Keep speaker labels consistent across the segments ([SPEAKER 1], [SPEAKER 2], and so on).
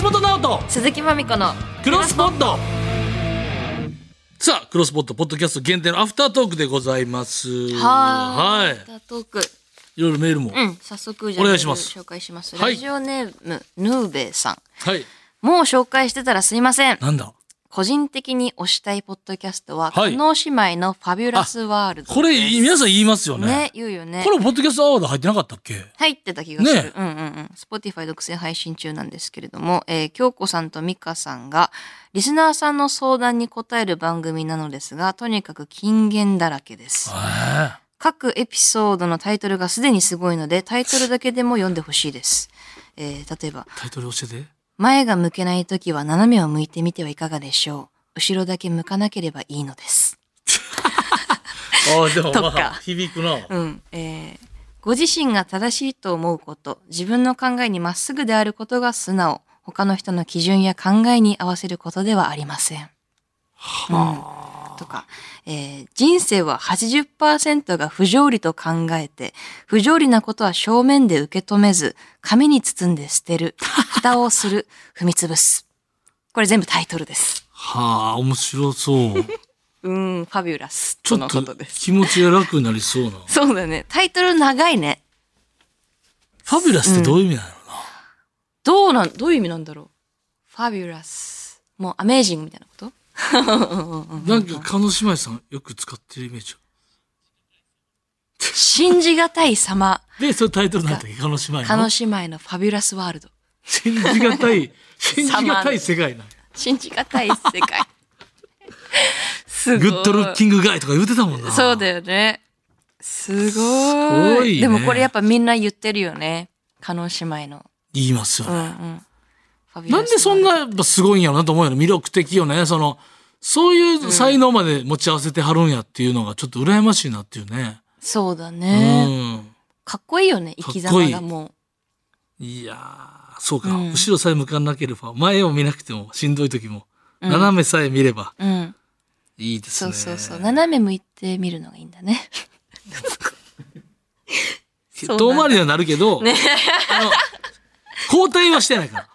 [SPEAKER 1] 橋本直人
[SPEAKER 2] 鈴木まみこの
[SPEAKER 1] クロスポットさあクロスポットポッドキャスト限定のアフタートークでございます
[SPEAKER 2] はーい
[SPEAKER 1] は
[SPEAKER 2] アフタートーク
[SPEAKER 1] いいろいろメールも、
[SPEAKER 2] うん早速じゃあ
[SPEAKER 1] お願いします
[SPEAKER 2] 紹介します
[SPEAKER 1] はい
[SPEAKER 2] ラジオネームヌーベイさん
[SPEAKER 1] はい
[SPEAKER 2] もう紹介してたらすいません
[SPEAKER 1] なんだ
[SPEAKER 2] 個人的に推したいポッドキャストは
[SPEAKER 1] はい
[SPEAKER 2] 加納姉妹のファビュラスワールド
[SPEAKER 1] これ皆さん言いますよね
[SPEAKER 2] ね言うよね
[SPEAKER 1] これポッドキャストアワード入ってなかったっけ
[SPEAKER 2] 入ってた気がする。
[SPEAKER 1] ね
[SPEAKER 2] うんうんうん。Spotify 独占配信中なんですけれども、えー京子さんと美香さんが、リスナーさんの相談に答える番組なのですが、とにかく金言だらけです。
[SPEAKER 1] あ
[SPEAKER 2] 各エピソードのタイトルがすでにすごいので、タイトルだけでも読んでほしいです。えー例えば、
[SPEAKER 1] あタイトル教えて
[SPEAKER 2] 前が向けないときは斜めを向いてみてはいかがでしょう。後ろだけ向かなければいいのです。
[SPEAKER 1] ああでも
[SPEAKER 2] とか
[SPEAKER 1] 響くな、
[SPEAKER 2] うん、えーご自身が正しいと思うこと、自分の考えにまっすぐであることが素直、他の人の基準や考えに合わせることではありません。うん、とか、えー人生は80%が不条理と考えて、不条理なことは正面で受け止めず、紙に包んで捨て る、蓋をする、踏み潰す。これ全部タイトルです。
[SPEAKER 1] はあ面白 そう
[SPEAKER 2] うん、ファビュラス。
[SPEAKER 1] ちょ
[SPEAKER 2] の
[SPEAKER 1] っ
[SPEAKER 2] こととです。
[SPEAKER 1] 気持ちが楽になりそうなフ
[SPEAKER 2] そうだね。タイトル長いね。
[SPEAKER 1] ァビュラスってどういう意味なの
[SPEAKER 2] どうなん、どういう意味なんだろう。ファビュラス。もうアメージングみたいなこと
[SPEAKER 1] なんか、鹿野姉妹さんよく使ってるイメージ。
[SPEAKER 2] 信じがたい様。
[SPEAKER 1] で、そのタイトルなんだっけ鹿野姉妹の。
[SPEAKER 2] カノ姉妹のファビュラスワールド。
[SPEAKER 1] 信じが たい、信じがたい世界な。
[SPEAKER 2] 信じがたい世界。すごい。
[SPEAKER 1] グッドルッキングガイとか言ってたもんな。
[SPEAKER 2] そうだよね。すご
[SPEAKER 1] すご
[SPEAKER 2] い。
[SPEAKER 1] いね
[SPEAKER 2] でもこれやっぱみんな言ってるよね。カノ姉妹の。
[SPEAKER 1] 言いますよ
[SPEAKER 2] うんう
[SPEAKER 1] ね。
[SPEAKER 2] ん。ファビュ
[SPEAKER 1] な
[SPEAKER 2] ラ
[SPEAKER 1] ん
[SPEAKER 2] スワールド
[SPEAKER 1] でそんなやっぱすごいんやろなと思うよね。魅力的よね。その、そういう才能まで持ち合わせてはるんやっていうのがちょっと羨ましいなっていうね。
[SPEAKER 2] そうだ
[SPEAKER 1] う
[SPEAKER 2] ね。
[SPEAKER 1] ん。
[SPEAKER 2] かっこいいよね。生き
[SPEAKER 1] かっこ
[SPEAKER 2] 様
[SPEAKER 1] いい
[SPEAKER 2] がも
[SPEAKER 1] いやー、そうか。
[SPEAKER 2] うん
[SPEAKER 1] 後ろさえ向かなければ、前を見なくてもしんどい時も、
[SPEAKER 2] うん
[SPEAKER 1] 斜めさえ見れば
[SPEAKER 2] う。うん。
[SPEAKER 1] いいです
[SPEAKER 2] そ
[SPEAKER 1] ね。
[SPEAKER 2] うそうそう。斜め向いてみるのがいいんだ ね。そうなんだ
[SPEAKER 1] 遠回りにはなるけど、あの、交代はしてないから。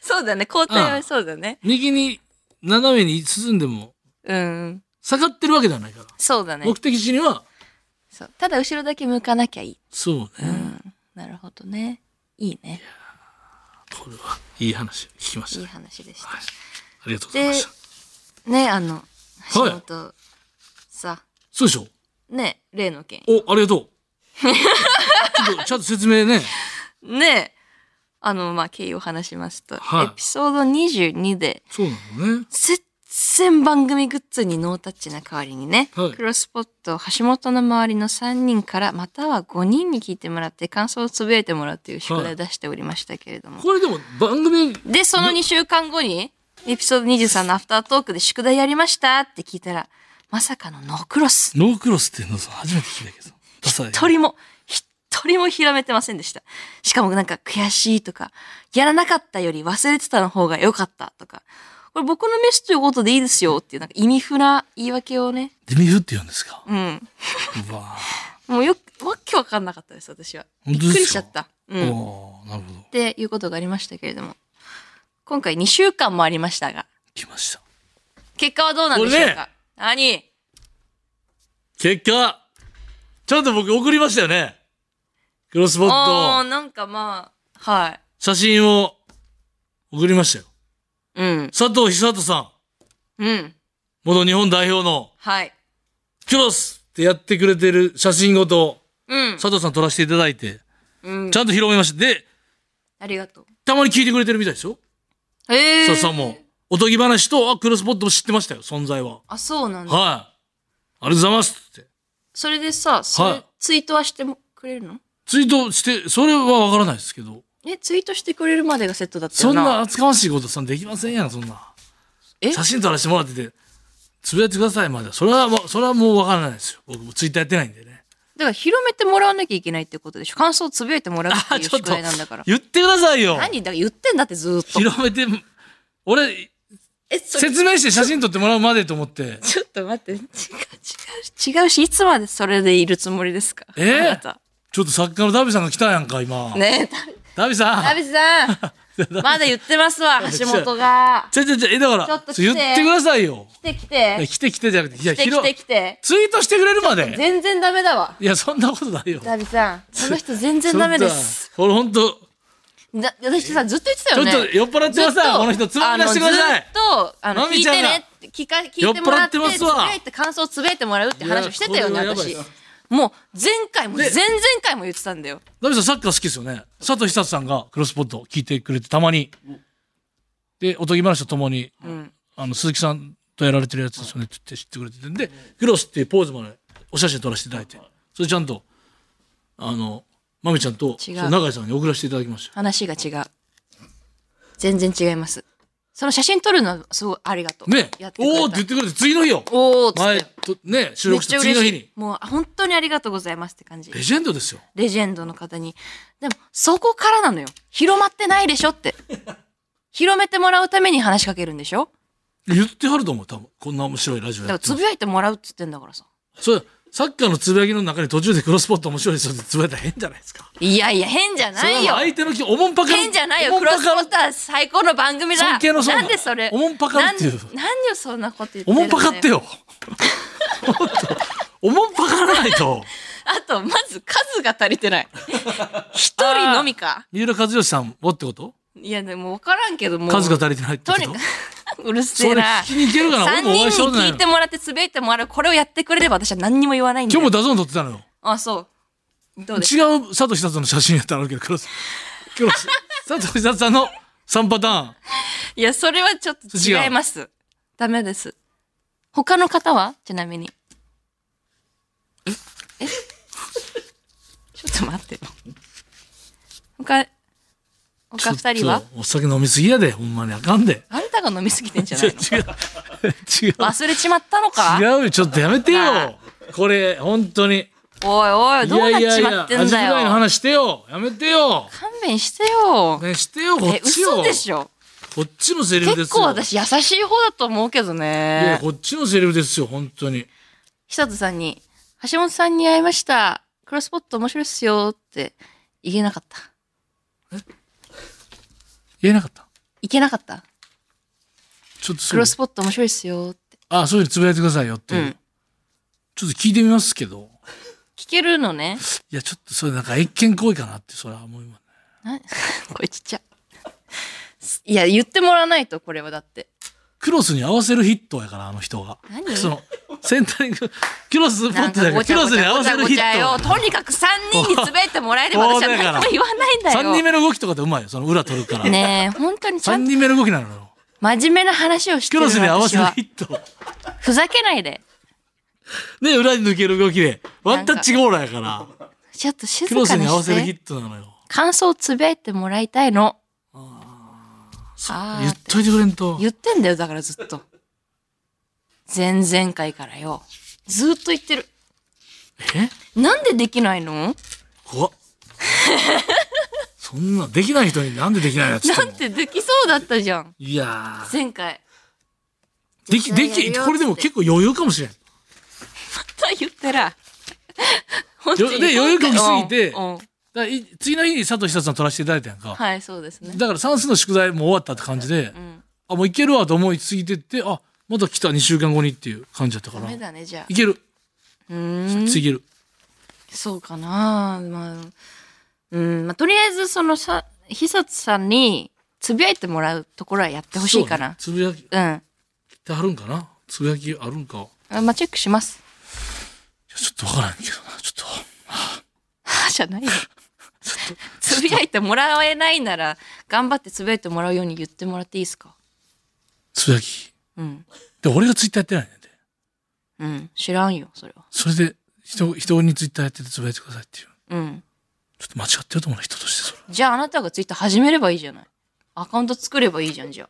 [SPEAKER 2] そうだね。交代はそうだね。
[SPEAKER 1] 右に、斜めに進んでも、
[SPEAKER 2] うん。
[SPEAKER 1] 下がってるわけではないから。
[SPEAKER 2] そうだね
[SPEAKER 1] 目。的地には、
[SPEAKER 2] そうただ後ろだけ向かなきゃいい。
[SPEAKER 1] そう
[SPEAKER 2] う
[SPEAKER 1] ね。
[SPEAKER 2] ん。なるほどね。いいね。
[SPEAKER 1] これは、いい話、聞きました
[SPEAKER 2] いい
[SPEAKER 1] ね。
[SPEAKER 2] 話でし
[SPEAKER 1] はい。ありがとうございました。
[SPEAKER 2] た。ね、あの、橋本、さ、
[SPEAKER 1] そうでしょ
[SPEAKER 2] ね、例の件。
[SPEAKER 1] お、ありが とう。ちょっと、ちゃんと説明ね。
[SPEAKER 2] ね、あの、まあ、経緯を話しますと、
[SPEAKER 1] はい
[SPEAKER 2] エピソード22で、
[SPEAKER 1] そうなのね。
[SPEAKER 2] 全然番組グッズにノータッチな代わりにね、
[SPEAKER 1] はい
[SPEAKER 2] クロスポット橋本の周りの3人からまたは5人に聞いてもらって感想をつぶやいてもらうという宿題を出しておりましたけれども、
[SPEAKER 1] これでも、番組、
[SPEAKER 2] でその2週間後にエピソード23のアフタートークで宿題やりましたって聞いたらまさかのノークロス
[SPEAKER 1] ノークロスっていうのさ、初めて聞いたけど。ダサい
[SPEAKER 2] 一人も一人もひらめてませんでしたしかもなんか悔しいとかやらなかったより忘れてたの方が良かったとかこれ僕の飯ということでいいですよっていうなんか意味不な言い訳をね
[SPEAKER 1] デミフって言うんですか。
[SPEAKER 2] うん。
[SPEAKER 1] うわ
[SPEAKER 2] もうよく、わけわかんなかったです、私は。
[SPEAKER 1] 本
[SPEAKER 2] びっ
[SPEAKER 1] 当ですか
[SPEAKER 2] くりしちゃった。う
[SPEAKER 1] ー
[SPEAKER 2] ん。っ
[SPEAKER 1] おーなるほど。
[SPEAKER 2] ていうことがありましたけれども。今回2週間もありましたが、
[SPEAKER 1] 来ました。
[SPEAKER 2] 結果はどうなんでしょうか、何
[SPEAKER 1] 結果、ちゃんと僕送りましたよね。クロスポ
[SPEAKER 2] お
[SPEAKER 1] ッ
[SPEAKER 2] ー、
[SPEAKER 1] ト、
[SPEAKER 2] なんかまあ、はい。
[SPEAKER 1] 写真を送りましたよ。
[SPEAKER 2] うん。
[SPEAKER 1] 佐藤久人さん、
[SPEAKER 2] うん。
[SPEAKER 1] 元日本代表の
[SPEAKER 2] はい。
[SPEAKER 1] クロスってやってくれてる写真ごと、
[SPEAKER 2] うん。
[SPEAKER 1] 佐藤さん撮らせていただいて、
[SPEAKER 2] うん
[SPEAKER 1] ち。ゃんと広めました。で、
[SPEAKER 2] ありがとう。
[SPEAKER 1] たまに聞いてくれてるみたいですよ。
[SPEAKER 2] ええ
[SPEAKER 1] 佐
[SPEAKER 2] ー。
[SPEAKER 1] 藤さんも。おとぎ話と、あ、クロスポットも知ってましたよ、存在は。
[SPEAKER 2] あ、そうなんだ。
[SPEAKER 1] はい。ありがとうございますって。
[SPEAKER 2] それでさ、それ、
[SPEAKER 1] はい
[SPEAKER 2] ツイートはしてもくれるの
[SPEAKER 1] ツイートして、それはわからないですけど。
[SPEAKER 2] え、ツイートしてくれるまでがセットだった
[SPEAKER 1] そ
[SPEAKER 2] よ
[SPEAKER 1] ん
[SPEAKER 2] な。
[SPEAKER 1] な厚かましいことさんできませんやん、そんな。
[SPEAKER 2] え
[SPEAKER 1] 写真撮らせてもらってて、つぶやいてくださいまでは。それは、それはもうわからないですよ。僕もツイッターやってないんでね。
[SPEAKER 2] だから広めてもらわなきゃいけないってことでしょ。感想をつぶやいてもらうって
[SPEAKER 1] あ、
[SPEAKER 2] いう
[SPEAKER 1] ちょっ
[SPEAKER 2] 宿
[SPEAKER 1] と
[SPEAKER 2] 題なんだから。
[SPEAKER 1] 言ってくださいよ。
[SPEAKER 2] 何だから言ってんだってずーっと。
[SPEAKER 1] 広めて、俺、
[SPEAKER 2] え、それ
[SPEAKER 1] 説明して写真撮ってもらうまでと思って。
[SPEAKER 2] ちょっと待って、違う違う、違うし、いつまでそれでいるつもりですか
[SPEAKER 1] えー
[SPEAKER 2] あなた。
[SPEAKER 1] ちょっと作家のダビさんが来たやんか、今。
[SPEAKER 2] ねえ、
[SPEAKER 1] ダビさ
[SPEAKER 2] ダ
[SPEAKER 1] ん。
[SPEAKER 2] ビさんまだ言ってますわ、橋本が。
[SPEAKER 1] じゃじゃじゃ、え、だから、
[SPEAKER 2] ちょっと来て
[SPEAKER 1] 言ってくださいよ。
[SPEAKER 2] 来て来て。
[SPEAKER 1] 来て来てじゃなくて、いや、
[SPEAKER 2] 来て
[SPEAKER 1] 広
[SPEAKER 2] 来て来て。
[SPEAKER 1] ツイートしてくれるまで。
[SPEAKER 2] 全然ダメだわ。
[SPEAKER 1] いや、そんなことないよ。
[SPEAKER 2] ダビさん、この人全然ダメで
[SPEAKER 1] ちょっ
[SPEAKER 2] す。
[SPEAKER 1] と。これほんと、
[SPEAKER 2] だ私さ、ずっと言ってた
[SPEAKER 1] ちょ
[SPEAKER 2] よ
[SPEAKER 1] っ
[SPEAKER 2] ね。
[SPEAKER 1] と酔っ払って
[SPEAKER 2] ずっ
[SPEAKER 1] ま
[SPEAKER 2] と
[SPEAKER 1] すわ。この人、つまみ出してください。
[SPEAKER 2] あのずっと、あの、
[SPEAKER 1] ま
[SPEAKER 2] 聞
[SPEAKER 1] み
[SPEAKER 2] い
[SPEAKER 1] ちゃん
[SPEAKER 2] て
[SPEAKER 1] が
[SPEAKER 2] ねって、聞か、聞いてもらって、
[SPEAKER 1] 酔っ払ってますわ
[SPEAKER 2] つぶやいて感想をつぶやいてもらうって話をしてたよね、
[SPEAKER 1] いやこれはや
[SPEAKER 2] 私
[SPEAKER 1] ばい。
[SPEAKER 2] もう、前回も、前
[SPEAKER 1] で
[SPEAKER 2] 々回も言ってたんだよ。
[SPEAKER 1] ダビさん、サッカー好きですよね。佐藤久志さんがクロスポット聞いてくれて、たまに。で、おとぎ話とともに、
[SPEAKER 2] うん。
[SPEAKER 1] あの、鈴木さんとやられてるやつですよねって言って知ってくれてて。で、クロスっていうポーズまでお写真撮らせていただいて。それちゃんと、あの、まみちゃんと、そ
[SPEAKER 2] 違う
[SPEAKER 1] の永井さんに送らせていただきましたよ。
[SPEAKER 2] 話が違う。全然違います。その写真撮るのは、すごいありがとう。
[SPEAKER 1] ね
[SPEAKER 2] やってくれた
[SPEAKER 1] おおーって言ってくれて、次の日よ。
[SPEAKER 2] おーっつ
[SPEAKER 1] 前
[SPEAKER 2] って。
[SPEAKER 1] と、ね、収
[SPEAKER 2] めっ
[SPEAKER 1] 録し
[SPEAKER 2] ちゃ
[SPEAKER 1] た次の
[SPEAKER 2] 嬉
[SPEAKER 1] 日
[SPEAKER 2] し
[SPEAKER 1] に
[SPEAKER 2] い。。もう、あ本当にありがとうございますって感じ
[SPEAKER 1] レ。ジェンドですよ。
[SPEAKER 2] レジェンドの方に。でも、そこからなのよ。広まってないでしょって。広めてもらうために話しかけるんでしょ
[SPEAKER 1] 言ってはると思う、多分。こんな面白いラジオ
[SPEAKER 2] だ
[SPEAKER 1] や
[SPEAKER 2] から
[SPEAKER 1] って
[SPEAKER 2] つ
[SPEAKER 1] ま
[SPEAKER 2] ぶ
[SPEAKER 1] す。
[SPEAKER 2] やいてもらうっつってんだからさ。
[SPEAKER 1] そう、サッカーのつぶやきの中に途中でクロスポット面白いですよってつぶやいたら変じゃないですか。
[SPEAKER 2] いやいや、変じゃ
[SPEAKER 1] そ
[SPEAKER 2] な
[SPEAKER 1] れはいもう
[SPEAKER 2] よ。
[SPEAKER 1] 相手の気、おもんぱかる。
[SPEAKER 2] 変じゃないよ。
[SPEAKER 1] おも
[SPEAKER 2] ク
[SPEAKER 1] んぱか
[SPEAKER 2] ロ
[SPEAKER 1] る
[SPEAKER 2] スポッター最高の番組だ。
[SPEAKER 1] 尊敬のそうな
[SPEAKER 2] なんでそれ。
[SPEAKER 1] おもんぱかるっていう
[SPEAKER 2] なんなんでそんなこと言って
[SPEAKER 1] お
[SPEAKER 2] るの
[SPEAKER 1] もん
[SPEAKER 2] よ
[SPEAKER 1] ぱかって。よ。 もっとおもんぱからないと。
[SPEAKER 2] あと、まず数が足りてない。一人のみか。
[SPEAKER 1] 三浦知良さんもってこと
[SPEAKER 2] いや、でも分からんけども。
[SPEAKER 1] 数が足りてないってこと
[SPEAKER 2] とにかくうるせ
[SPEAKER 1] そ
[SPEAKER 2] え
[SPEAKER 1] れ
[SPEAKER 2] な
[SPEAKER 1] 聞き。に行けるかな俺
[SPEAKER 2] 3
[SPEAKER 1] もお会いした
[SPEAKER 2] 人
[SPEAKER 1] こ
[SPEAKER 2] に
[SPEAKER 1] とない
[SPEAKER 2] 聞
[SPEAKER 1] の
[SPEAKER 2] いて。もらって滑ってもらうこれをやってくれれば私は何にも言わないんだ
[SPEAKER 1] 今日も
[SPEAKER 2] よ
[SPEAKER 1] ダゾーン撮ってたのよ。
[SPEAKER 2] あそうどうです
[SPEAKER 1] 違う佐藤久志の写真やったらあるけど、クロス。クロス。佐藤久志さんの3パターン。
[SPEAKER 2] いやそれはちょっと違いますダメです他の方はちなみにえちょっと待って他他二人は
[SPEAKER 1] ちょっとお酒飲みすぎやで、ほんまにあかんで。
[SPEAKER 2] あんたが飲みすぎてんじゃ
[SPEAKER 1] 違
[SPEAKER 2] な
[SPEAKER 1] う
[SPEAKER 2] いの
[SPEAKER 1] 違う。
[SPEAKER 2] 忘れちまったのか
[SPEAKER 1] 違うよ、ちょっとやめて
[SPEAKER 2] な
[SPEAKER 1] よ。これ、本当に。
[SPEAKER 2] おいおいどうなっちまってんだよ
[SPEAKER 1] アジフライの話してよ。やめてよ。
[SPEAKER 2] 勘弁してよ
[SPEAKER 1] ね、してよ、こ
[SPEAKER 2] え
[SPEAKER 1] っちよ。
[SPEAKER 2] 嘘でしょ
[SPEAKER 1] こっちのセリフで
[SPEAKER 2] 結
[SPEAKER 1] すよ。
[SPEAKER 2] 構私優しい方だと思うけど
[SPEAKER 1] いや、
[SPEAKER 2] ね。
[SPEAKER 1] こっちのセリフですよ、本当に。
[SPEAKER 2] 久人さんに、橋本さんに会いました。クロスポット面白いっすよって言えなかった。
[SPEAKER 1] 言えなかった。
[SPEAKER 2] いけなかった。
[SPEAKER 1] ちょっとす
[SPEAKER 2] ク
[SPEAKER 1] ぐ
[SPEAKER 2] ロスポット面白いっすよって。
[SPEAKER 1] あ、そういうのつぶやいてくださいよっていう。
[SPEAKER 2] うん
[SPEAKER 1] ちょっと聞いてみますけど。
[SPEAKER 2] 聞けるのね。
[SPEAKER 1] いや、ちょっとそれなんか越見行為かなって、それは思います。
[SPEAKER 2] なこれちっちゃ。いや、言ってもらわないと、これはだって。
[SPEAKER 1] クロスに合わせるヒットやから、あの人が。
[SPEAKER 2] 何
[SPEAKER 1] その、センタリング、クロスポ
[SPEAKER 2] な
[SPEAKER 1] ッ
[SPEAKER 2] ん
[SPEAKER 1] トだけ
[SPEAKER 2] か
[SPEAKER 1] ど、
[SPEAKER 2] ご
[SPEAKER 1] ク
[SPEAKER 2] ちゃ
[SPEAKER 1] ロ
[SPEAKER 2] ご
[SPEAKER 1] ス
[SPEAKER 2] ち
[SPEAKER 1] に
[SPEAKER 2] ゃ
[SPEAKER 1] 合
[SPEAKER 2] ご
[SPEAKER 1] わ
[SPEAKER 2] ち
[SPEAKER 1] せ
[SPEAKER 2] ゃ
[SPEAKER 1] る
[SPEAKER 2] ご
[SPEAKER 1] ヒ
[SPEAKER 2] ちゃ
[SPEAKER 1] ッ
[SPEAKER 2] よ。
[SPEAKER 1] ト。
[SPEAKER 2] とにかく3人に滑ってもら えれば私は何とも言わないんだ
[SPEAKER 1] 3人
[SPEAKER 2] よ。
[SPEAKER 1] 目の動きとかでうまいよ、その裏取るから。
[SPEAKER 2] ねえ、本当にちゃ
[SPEAKER 1] 3
[SPEAKER 2] んと
[SPEAKER 1] 人目の動きなのよ。
[SPEAKER 2] 真面目な話をし
[SPEAKER 1] ク
[SPEAKER 2] てるの
[SPEAKER 1] ロスに合わ
[SPEAKER 2] 私
[SPEAKER 1] せる
[SPEAKER 2] は
[SPEAKER 1] ヒ。ット。
[SPEAKER 2] ふざけないで。
[SPEAKER 1] で、裏に抜ける動きで。ワンタッチゴーラーやから。
[SPEAKER 2] ちょっと静
[SPEAKER 1] クロ
[SPEAKER 2] か
[SPEAKER 1] ス
[SPEAKER 2] に
[SPEAKER 1] に合わ
[SPEAKER 2] し
[SPEAKER 1] せるヒ
[SPEAKER 2] て。
[SPEAKER 1] ットなのよ。
[SPEAKER 2] 感想をつぶやいてもらいたいの。
[SPEAKER 1] そう
[SPEAKER 2] あー
[SPEAKER 1] 言っといてくれんと。
[SPEAKER 2] 言ってんだよ、だからずっと。前々回からよ。ずっと言ってる。
[SPEAKER 1] え
[SPEAKER 2] なんでできないの
[SPEAKER 1] 怖っそんな、できない人になんでできないやつって
[SPEAKER 2] な
[SPEAKER 1] も
[SPEAKER 2] ん。てできそうだったじゃん。
[SPEAKER 1] いや
[SPEAKER 2] 前回。
[SPEAKER 1] ー。でき、でき、これでも結構余裕かもしれん。
[SPEAKER 2] と言ってら。 本当に
[SPEAKER 1] で余裕こきすぎて
[SPEAKER 2] うんうん
[SPEAKER 1] だからい次の日に佐藤久志さん撮らせていただいたやんか。
[SPEAKER 2] はい、そうですね。
[SPEAKER 1] だから算数の宿題も終わったって感じで、
[SPEAKER 2] うん。
[SPEAKER 1] あ、もういけるわと思い過ぎてって、あ、また来た2週間後にっていう感じだったか
[SPEAKER 2] ダ
[SPEAKER 1] ら。
[SPEAKER 2] メ
[SPEAKER 1] い
[SPEAKER 2] だね、じゃあ。
[SPEAKER 1] ける。
[SPEAKER 2] うーん。
[SPEAKER 1] 次いける。
[SPEAKER 2] そうかなまあ、うん、まあ、とりあえずそのさ、久津さんにつぶやいてもらうところはやってほしいかな。
[SPEAKER 1] そうねつぶやきっ
[SPEAKER 2] うん。
[SPEAKER 1] てあるんかなつぶやきあるんか。いや
[SPEAKER 2] あまあ、チェックします。
[SPEAKER 1] ちょっとわからんけどな。ちょっと。
[SPEAKER 2] はあ じゃ ないよ。つぶやいてもらえないなら、頑張ってつぶやいてもらうように言ってもらっていいですか
[SPEAKER 1] つぶやき。
[SPEAKER 2] うん。
[SPEAKER 1] で、俺がツイッターやってないねんで。
[SPEAKER 2] うん。知らんよ、それは。
[SPEAKER 1] それで、人、人にツイッターやっててつぶやいてくださいっていう。
[SPEAKER 2] うん。
[SPEAKER 1] ちょっと間違ってると思うな、人としてそれ。
[SPEAKER 2] じゃああなたがツイッター始めればいいじゃない。アカウント作ればいいじゃん、じゃあ。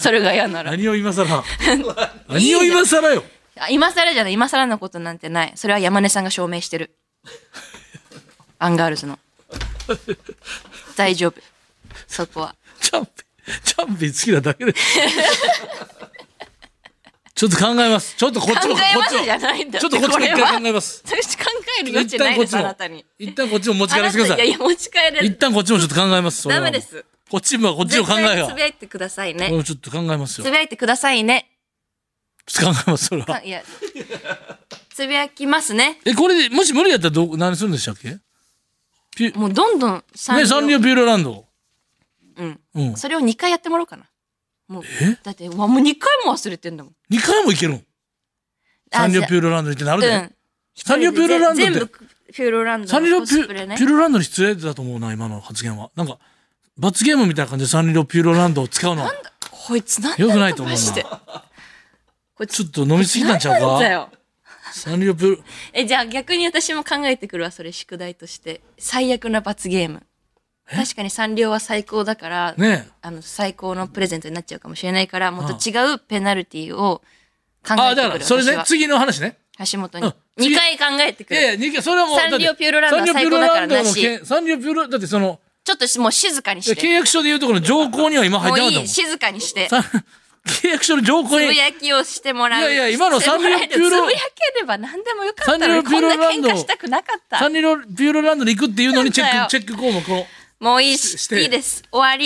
[SPEAKER 2] それが嫌なら。
[SPEAKER 1] 何を今更 何を今更よ。
[SPEAKER 2] あ今更じゃない、今更のことなんてない。それは山根さんが証明してる。 アンガールズの。大丈夫。そこは。
[SPEAKER 1] チャンピ、チャンピ好きなだけで。 ちょっと考えます。ちょっとこっ
[SPEAKER 2] 考
[SPEAKER 1] ちも、こ
[SPEAKER 2] えま
[SPEAKER 1] っ
[SPEAKER 2] す
[SPEAKER 1] ち
[SPEAKER 2] じゃないんだ
[SPEAKER 1] も。ちょっとこっちも一
[SPEAKER 2] これは
[SPEAKER 1] 回考えます。
[SPEAKER 2] 私考える余地ないです、
[SPEAKER 1] 一旦
[SPEAKER 2] あ
[SPEAKER 1] こ
[SPEAKER 2] な
[SPEAKER 1] っち
[SPEAKER 2] たに。
[SPEAKER 1] 一旦こっちも持ち帰らせてくだ
[SPEAKER 2] あなた
[SPEAKER 1] さ
[SPEAKER 2] い
[SPEAKER 1] い。
[SPEAKER 2] やいや、持ち帰れ
[SPEAKER 1] 一
[SPEAKER 2] る。
[SPEAKER 1] 旦こっちもちょっと考えます。それは
[SPEAKER 2] ダメで。す。
[SPEAKER 1] こっちも、こっちを考え
[SPEAKER 2] 絶対
[SPEAKER 1] が
[SPEAKER 2] つぶ。やいてくださいね。
[SPEAKER 1] うんちょっと考えます
[SPEAKER 2] つ
[SPEAKER 1] よ。ちょ
[SPEAKER 2] ぶやいてくださいね。
[SPEAKER 1] っと考えます、それ
[SPEAKER 2] か
[SPEAKER 1] は。
[SPEAKER 2] いや、つぶやきますね。
[SPEAKER 1] え、これで、もし無理やったらどう、何するんでしたっけピュ、ね、
[SPEAKER 2] もうどんどんサンリオ
[SPEAKER 1] サンリオピューロランド。
[SPEAKER 2] うん。
[SPEAKER 1] うん。
[SPEAKER 2] それを2回やってもらおうかな。もう
[SPEAKER 1] え、
[SPEAKER 2] だって、うわもう2回も忘れてんだもん。
[SPEAKER 1] 二回も行けるん
[SPEAKER 2] あ
[SPEAKER 1] サンリオピューロランドにってなる
[SPEAKER 2] う
[SPEAKER 1] で。
[SPEAKER 2] ん。
[SPEAKER 1] サンリオピューロランドって
[SPEAKER 2] 全部ピューロランド
[SPEAKER 1] サンリ
[SPEAKER 2] の
[SPEAKER 1] オ
[SPEAKER 2] コ
[SPEAKER 1] ピュ,、
[SPEAKER 2] スプレね
[SPEAKER 1] ピューロランドに失礼だと思うな、今の発言は。なんか、罰ゲームみたいな感じでサンリオピューロランドを使うのは、
[SPEAKER 2] こいつなんだ
[SPEAKER 1] よくないと思うな
[SPEAKER 2] マジでこい
[SPEAKER 1] ち
[SPEAKER 2] つ
[SPEAKER 1] ょっと飲みすぎたんちゃう
[SPEAKER 2] なん
[SPEAKER 1] か
[SPEAKER 2] だよ
[SPEAKER 1] サンリオピューロ、
[SPEAKER 2] えじゃあ逆に私も考えてくるわそれ宿題として最悪な罰ゲーム確かにサンリオは最高だから、
[SPEAKER 1] ねえ。
[SPEAKER 2] あの最高のプレゼントになっちゃうかもしれないからもっと違うペナルティを考
[SPEAKER 1] ああ、
[SPEAKER 2] えて
[SPEAKER 1] だ
[SPEAKER 2] く
[SPEAKER 1] か
[SPEAKER 2] る
[SPEAKER 1] ら、それね、
[SPEAKER 2] 私
[SPEAKER 1] 次の話ね。
[SPEAKER 2] は橋本
[SPEAKER 1] う
[SPEAKER 2] に
[SPEAKER 1] ん次
[SPEAKER 2] 2回考えてく
[SPEAKER 1] い
[SPEAKER 2] る
[SPEAKER 1] やいや、2それはもう、
[SPEAKER 2] サンリオピューロランドは
[SPEAKER 1] だって
[SPEAKER 2] 最高だからなし
[SPEAKER 1] サンリオピューロランドのけんサンリオピューロ、だってその、
[SPEAKER 2] ちょっともう静かにし
[SPEAKER 1] 契
[SPEAKER 2] て
[SPEAKER 1] 約書で言うところの条項には今入
[SPEAKER 2] も
[SPEAKER 1] っ
[SPEAKER 2] う
[SPEAKER 1] てなかった
[SPEAKER 2] い
[SPEAKER 1] もん
[SPEAKER 2] い。静かにして
[SPEAKER 1] さ契約書の条項
[SPEAKER 2] つ
[SPEAKER 1] に
[SPEAKER 2] ぶ、やきをしてもらう
[SPEAKER 1] いやいや今のサンリオピューロ
[SPEAKER 2] つぶやければ何でもよかったのに
[SPEAKER 1] サンリ
[SPEAKER 2] こ
[SPEAKER 1] オ
[SPEAKER 2] ん
[SPEAKER 1] ピュ
[SPEAKER 2] な
[SPEAKER 1] ーロラン
[SPEAKER 2] 喧
[SPEAKER 1] ド
[SPEAKER 2] 嘩したくなかった
[SPEAKER 1] サンリオピューロランドに行くっていうのにチェ
[SPEAKER 2] なんだ
[SPEAKER 1] ッ
[SPEAKER 2] よ
[SPEAKER 1] ク、チェック項目を。
[SPEAKER 2] もういい
[SPEAKER 1] し
[SPEAKER 2] していいです終わり